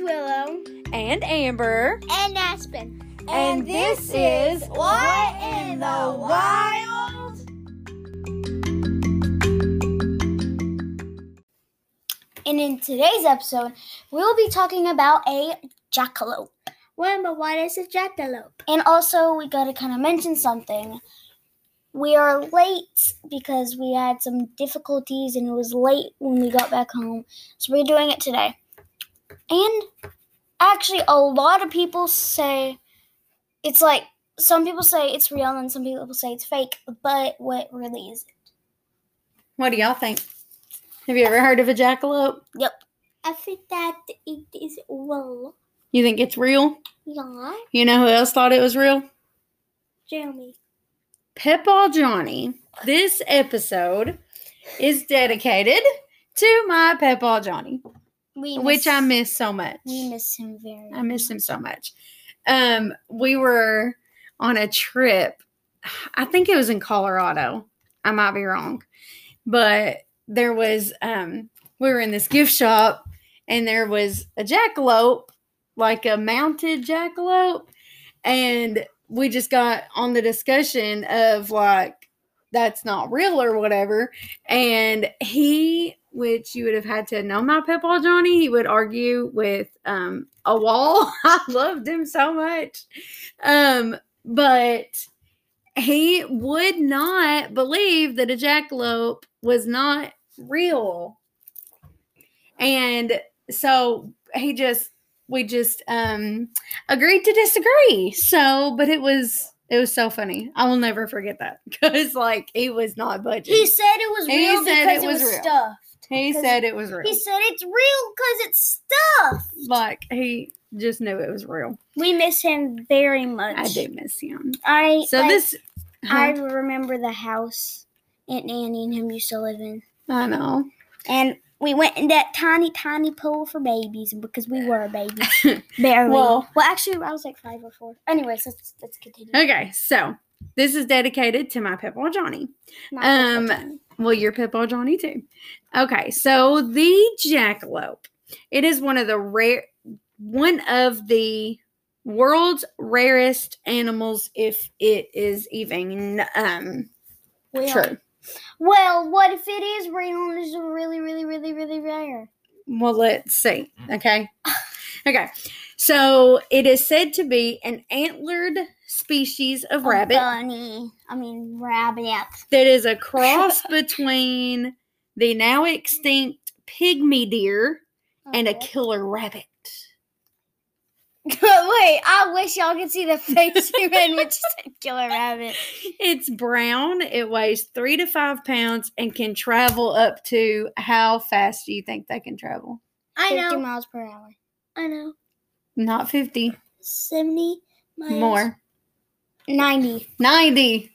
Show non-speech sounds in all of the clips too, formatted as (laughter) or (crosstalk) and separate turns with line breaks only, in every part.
Willow
and Amber.
and Aspen.
And this is What in the
Wild? And in today's episode, we'll be talking about a jackalope. Well, but what is a jackalope? And also, we got to kind of mention something. We are late because we had some difficulties and it was late when we got back home. So we're doing it today. And actually, a lot of people say it's like some people say it's real and some people say it's fake, but what really is it?
What do y'all think? Have you ever heard of a jackalope?
I think that it is real.
You think it's real?
Yeah,
You know who else thought it was real?
Jeremy.
Peppa Johnny. This episode is dedicated to my Peppa Johnny,
We
which I miss so much.
We miss him very.
I miss him so much. Um, we were on a trip. I think it was in Colorado. I might be wrong, but there was um, we were in this gift shop, and there was a jackalope, like a mounted jackalope, and we just got on the discussion of like that's not real or whatever, and he. Which you would have had to know my Peppa Johnny. He would argue with um, a wall. (laughs) I loved him so much. Um, but he would not believe that a jackalope was not real. And so he just we just um agreed to disagree. So, but it was it was so funny. I will never forget that (laughs) because like he was not budging.
He said it was
He
real
said
because
it
it
was
was,
real.
stuffed.
he said it was real.
He said it's real because it's stuffed.
Like he just knew it was real.
We miss him very much.
I do miss him.
I
So
like,
this
I remember the house Aunt Nanny and him used to live in,
I know.
and we went in that tiny, tiny pool for babies because we were babies. Barely.
Well-
Well, actually, I was like five or four. Anyways, let's let's continue.
Okay, so this is dedicated to my Peppa Johnny.
Not that
um,
much.
Well, your Peppa Johnny too. Okay, so the jackalope. It is one of the rare, one of the world's rarest animals, if it is even um
Well-
true.
Well, what if it is real and it's really, really, really, really rare?
Well, let's see. Okay. Okay. So it is said to be an antlered species of
A
rabbit.
bunny. I mean, rabbit.
that is a cross between the now extinct pygmy deer and a
Okay.
killer rabbit.
(laughs) Wait, I wish y'all could see the face you made when you said killer rabbit.
It's brown, it weighs three to five pounds, and can travel up to how fast do you think they can travel?
I
50
miles per hour. I know.
Not 50,
70 miles.
more.
90.
90.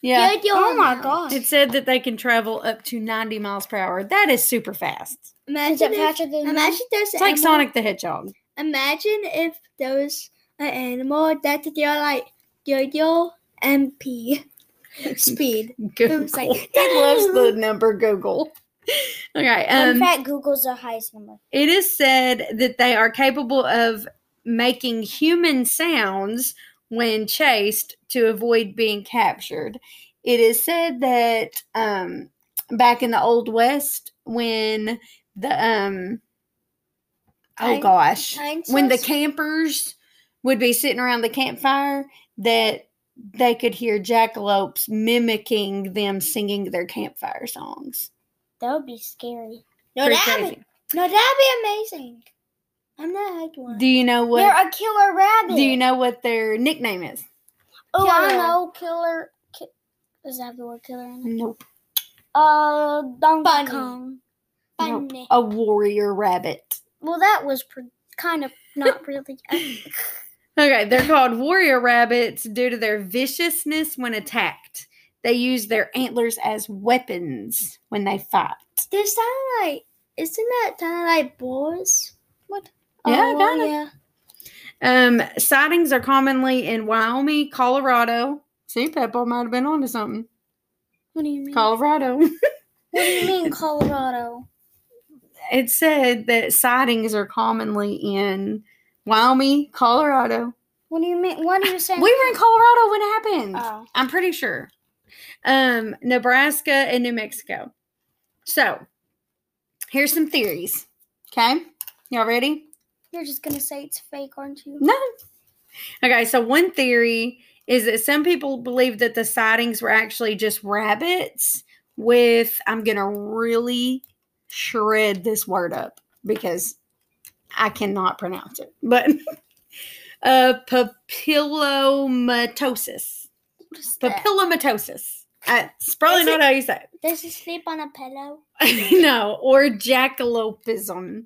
Yeah.
Good, y'all
Oh my
know.
gosh.
It said that they can travel up to 90 miles per hour. That is super fast.
Is
Imagine
it
if,
faster than
imagine there's
It's like
animal-
Sonic the Hedgehog.
Imagine if there was an animal that did your like yo yo MP
(laughs)
(laughs) speed.
Google.
was like-
it loves
(laughs)
the number Google. (laughs) Okay.
that? In
Um,
fact, Google's the highest number.
It is said that they are capable of making human sounds when chased to avoid being captured. It is said that um, back in the Old West, when the um, oh
Time-
gosh,
Kind
when the
source?
campers would be sitting around the campfire, that they could hear jackalopes mimicking them singing their campfire songs.
That would be scary.
no,
Pretty
that'd
crazy.
be, no, that'd be amazing. I'm not like one.
Do you know what?
They're a killer rabbit.
Do you know what their nickname is?
Oh, I
Killer.
know. Killer. Ki- Does that have the word killer in it?
Nope.
Uh, Donkey
Bunny.
Kong.
Nope.
Bunny.
A warrior rabbit.
Well, that was pr- kind of
(laughs)
not really.
Okay, they're called warrior rabbits due to their viciousness when attacked. They use their antlers as weapons when they fight.
They're sound like isn't that kind of like boars? What?
Yeah,
well,
kinda.
yeah.
Um, sightings are commonly in Wyoming, Colorado. See, Peppa might have been onto something.
What do you mean?
Colorado.
what do you mean, Colorado?
it said that sightings are commonly in Wyoming, Colorado.
What do you mean? What are
(laughs)
you
We
saying?
were in Colorado when it happened.
Oh.
I'm pretty sure. Um, Nebraska and New Mexico. So, here's some theories. Okay, y'all ready?
You're just gonna say it's fake, aren't you?
No. Okay, so one theory is that some people believe that the sightings were actually just rabbits with I'm going to really shred this word up because I cannot pronounce it. But (laughs) uh papillomatosis.
What is that?
Papillomatosis. Uh, it's probably
Is
not how you say it.
Does he sleep on a pillow?
(laughs) no, or jackalopism.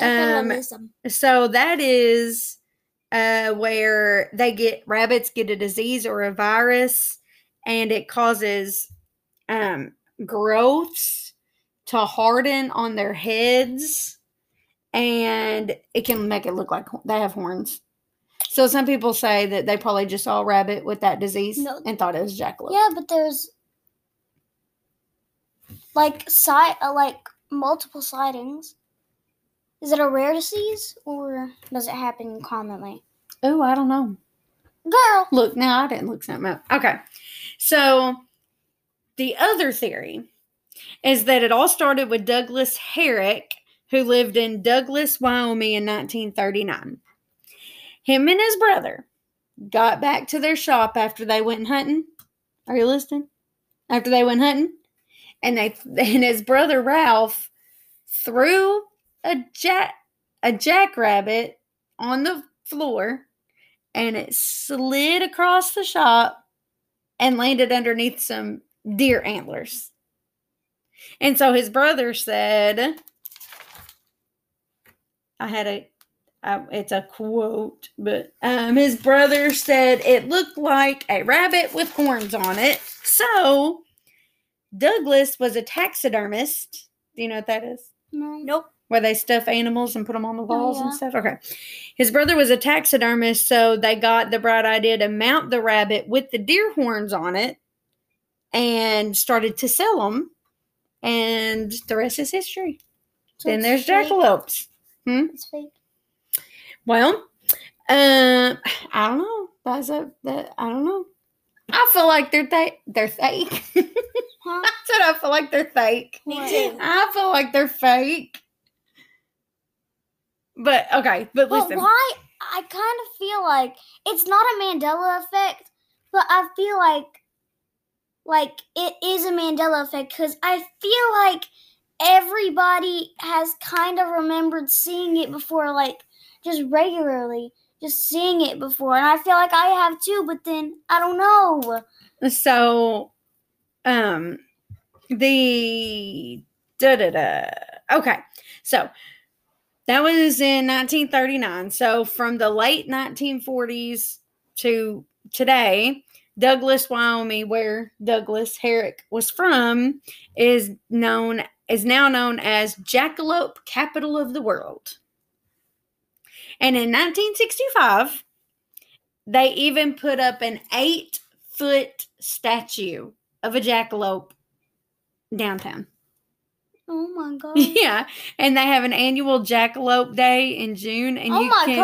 Um,
Capitalism.
so that is uh, where they get rabbits get a disease or a virus, and it causes um, growths to harden on their heads, and it can make it look like ho- they have horns. So some people say that they probably just saw a rabbit with that disease
No.
and thought it was jackalope.
Yeah, but there's like side uh, like multiple sightings. Is it a rare disease or does it happen commonly?
Oh, I don't know.
Girl,
Look, no, I didn't look something up. Okay. So the other theory is that it all started with Douglas Herrick, who lived in Douglas, Wyoming in 1939. Him and his brother got back to their shop after they went hunting. Are you listening? After they went hunting, and they (laughs) and his brother Ralph threw a jack a jackrabbit on the floor and it slid across the shop and landed underneath some deer antlers. And so his brother said, I had a, I, it's a quote, but um, his brother said it looked like a rabbit with horns on it. So Douglas was a taxidermist. Do you know what that is?
no.
Nope.
where they stuff animals and put them on the walls and
Oh, yeah.
stuff. Okay. His brother was a taxidermist, so they got the bright idea to mount the rabbit with the deer horns on it and started to sell them. And the rest is history.
So
then
it's
there's
fake.
jackalopes.
It's fake.
Well, um, I don't know. That's a that I don't know. I feel like they're th- they're fake. (laughs) That's
Huh?
what I feel like they're fake.
Me
What?
too.
I feel like they're fake. But okay, but
But
listen.
why? I kind of feel like it's not a Mandela effect, but I feel like like it is a Mandela effect because I feel like everybody has kind of remembered seeing it before, like just regularly, just seeing it before, and I feel like I have too. But then I don't know.
So, um, the da da da. Okay, so that was in 1939. So from the late 1940s to today, Douglas, Wyoming, where Douglas Herrick was from, is known is now known as Jackalope Capital of the World. And in 1965, they even put up an eight foot statue of a jackalope downtown.
(laughs) Oh my god!
Yeah, and they have an annual jackalope day in June, and
Oh
you
my
can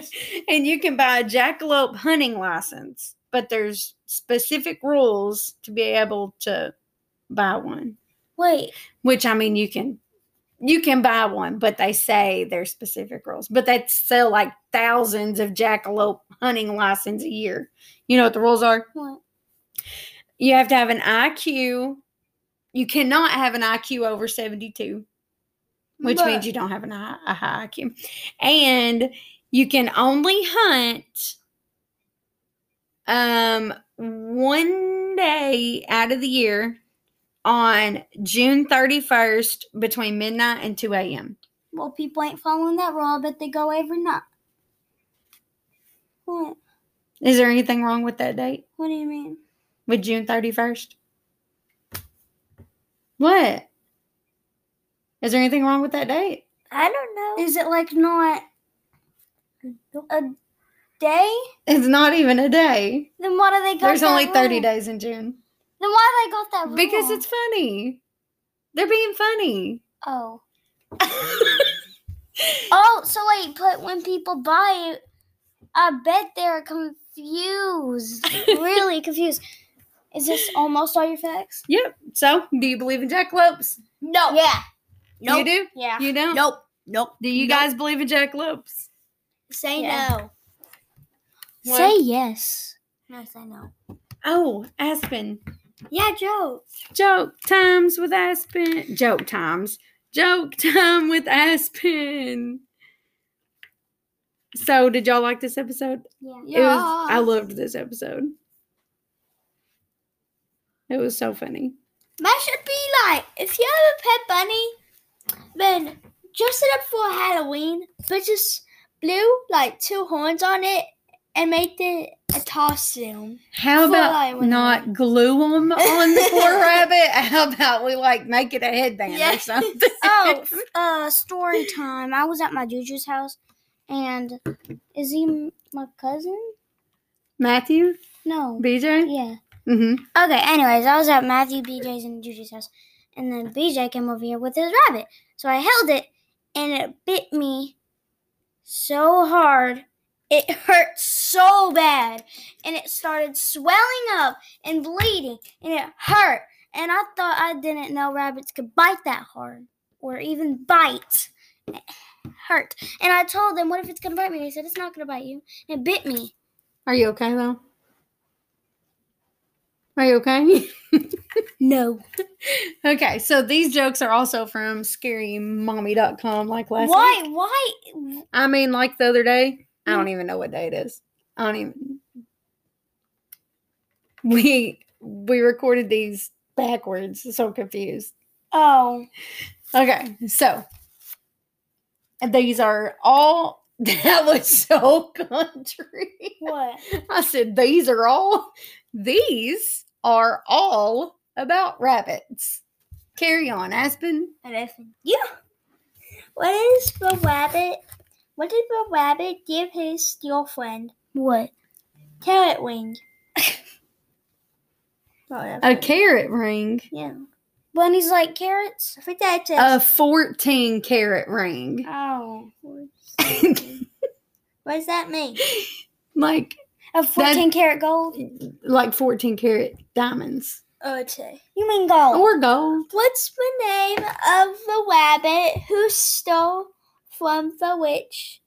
gosh.
(laughs) and you can buy a jackalope hunting license, but there's specific rules to be able to buy one.
Wait,
Which I mean, you can you can buy one, but they say there's specific rules. But they sell like thousands of jackalope hunting license a year. You know what the rules are?
what?
You have to have an IQ. You cannot have an IQ over 72, which means
But-
you don't have an, I- a high IQ. And you can only hunt um one day out of the year on June 31st between midnight and 2 a.m.
Well, people ain't following that rule. I bet they go every night. What?
Is there anything wrong with that date?
What do you mean?
With June 31st? What? Is there anything wrong with that date?
I don't know.
Is it like not a day?
It's not even a day.
Then why do they got
There's
that
only 30
wrong?
days in June.
Then why they got that
Because
wrong?
it's funny. They're being funny.
oh (laughs) Oh, so wait, but when people buy it, I bet they're
(laughs)
confused. really confused. Is this almost all your facts?
yep. So, do you believe in jackalopes?
No.
Yeah.
You do?
Yeah.
You don't?
Nope. Nope.
Do you guys believe in jackalopes?
Say
Yeah.
no.
What?
Say yes.
No, say no.
Oh, Aspen.
Yeah, Joe.
Joke times with Aspen. Joke times. Joke time with Aspen. So, did y'all like this episode?
Yeah.
It was, I loved this episode. It was so funny.
That should be like if you have a pet bunny, then dress it up for Halloween, but just glue like two horns on it and make it a costume.
How
Full eye
about
window.
not glue them on the
(laughs)
poor rabbit? How about we like make it a headband or
Yes.
something?
(laughs) Oh, uh, story time. I was at my Juju's house, and is he m- my cousin?
Matthew,
No.
BJ.
Yeah.
hmm
Okay, anyways, I was at Matthew, BJ's, and Juju's house, and then BJ came over here with his rabbit. So I held it, and it bit me so hard. It hurt so bad, and it started swelling up and bleeding, and it hurt. And I thought I didn't know rabbits could bite that hard, or even bite. It hurt. And I told them, What if it's gonna bite me? They said, It's not gonna bite you. And it bit me.
Are you okay though? Are you okay?
No.
okay, so these jokes are also from scarymommy.com like last week.
Why? Why?
I mean, like the other day. I don't even know what day it is. I don't even. We we recorded these backwards. So confused.
Oh.
Okay, so these are all. (laughs) That was so country.
What?
I said these are all. These are all about rabbits. Carry on, Aspen.
An elephant.
Yeah. What is the rabbit? What did the rabbit give his steel friend?
What? (laughs)
Carrot wing. Oh,
A carrot ring.
Yeah.
Bunnies like carrots? Uh,
I think that's it.
A fourteen carat ring. (laughs)
Oh.
what does that mean?
like
A 14 karat gold?
like 14 karat diamonds
Oh, Okay.
You mean gold.
or gold. (laughs)
What's the name of the rabbit who stole from the witch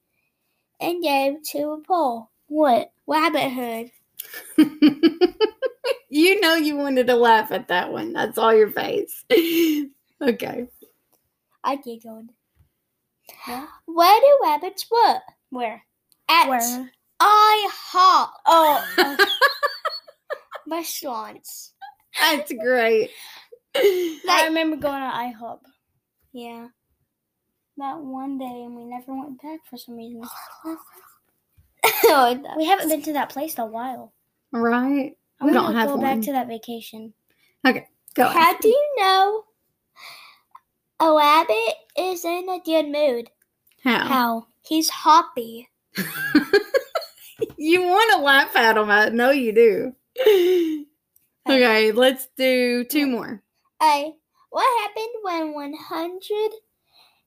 and gave to a pole?
What?
Rabbit hood.
you know, you wanted to laugh at that one. I saw your face. (laughs) okay.
I giggled.
Yeah.
Where do rabbits work?
Where?
At
Where?
I heart
Oh. (laughs)
restaurants.
That's great. (laughs)
I
Like-
remember going to IHOP
Yeah.
that one day and we never went back for some reason.
(laughs) Oh, no.
We haven't been to that place in a while.
Right?
I
We
wanna
don't have
go
one.
back to that vacation.
Go ahead.
How do you know a rabbit is in a good mood?
How?
How?
He's happy.
(laughs) You want to laugh at them. I know you
(laughs)
do. Okay, let's do two more.
I. What happened when 100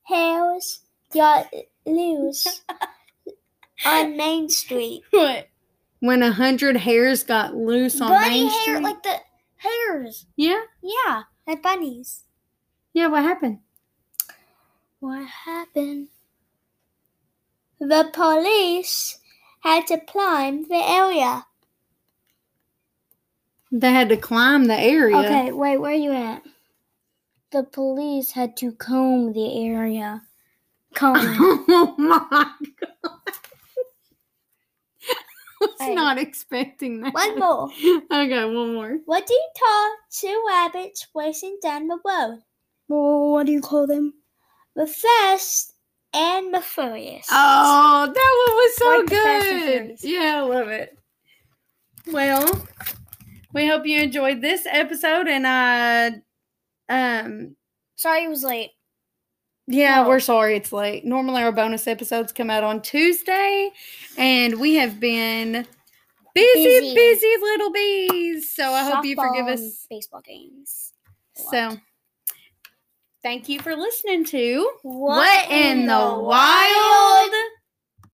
hairs got
(laughs)
loose on Main Street?
What?
When a hundred hairs got loose on
Bunny
Main
hair,
Street.
like the hairs.
yeah,
Yeah.
The bunnies.
yeah. What happened?
What happened? The police had to climb the area.
They had to climb the area.
Okay, wait, where are you at? The police had to comb the area. Comb.
(laughs) Oh my god. (laughs) I was
Hey.
not expecting that. (laughs)
One more.
Okay, one more.
What do you call two rabbits racing down the road?
well, what do you call them?
The fast and the furious.
Uh,
Oh, that one
Like the Fast and
was
Furious.
so good. Yeah, I love it. Well, we hope you enjoyed this episode and uh um
Sorry, it was late.
Yeah,
No.
Oh.
we're sorry it's late. Normally our bonus episodes come out on Tuesday, and we have been busy, busy,
Busy.
little bees. So I hope Oh, you forgive
Softball and
us.
Baseball games.
So
Thank you for listening to
What, in the wild?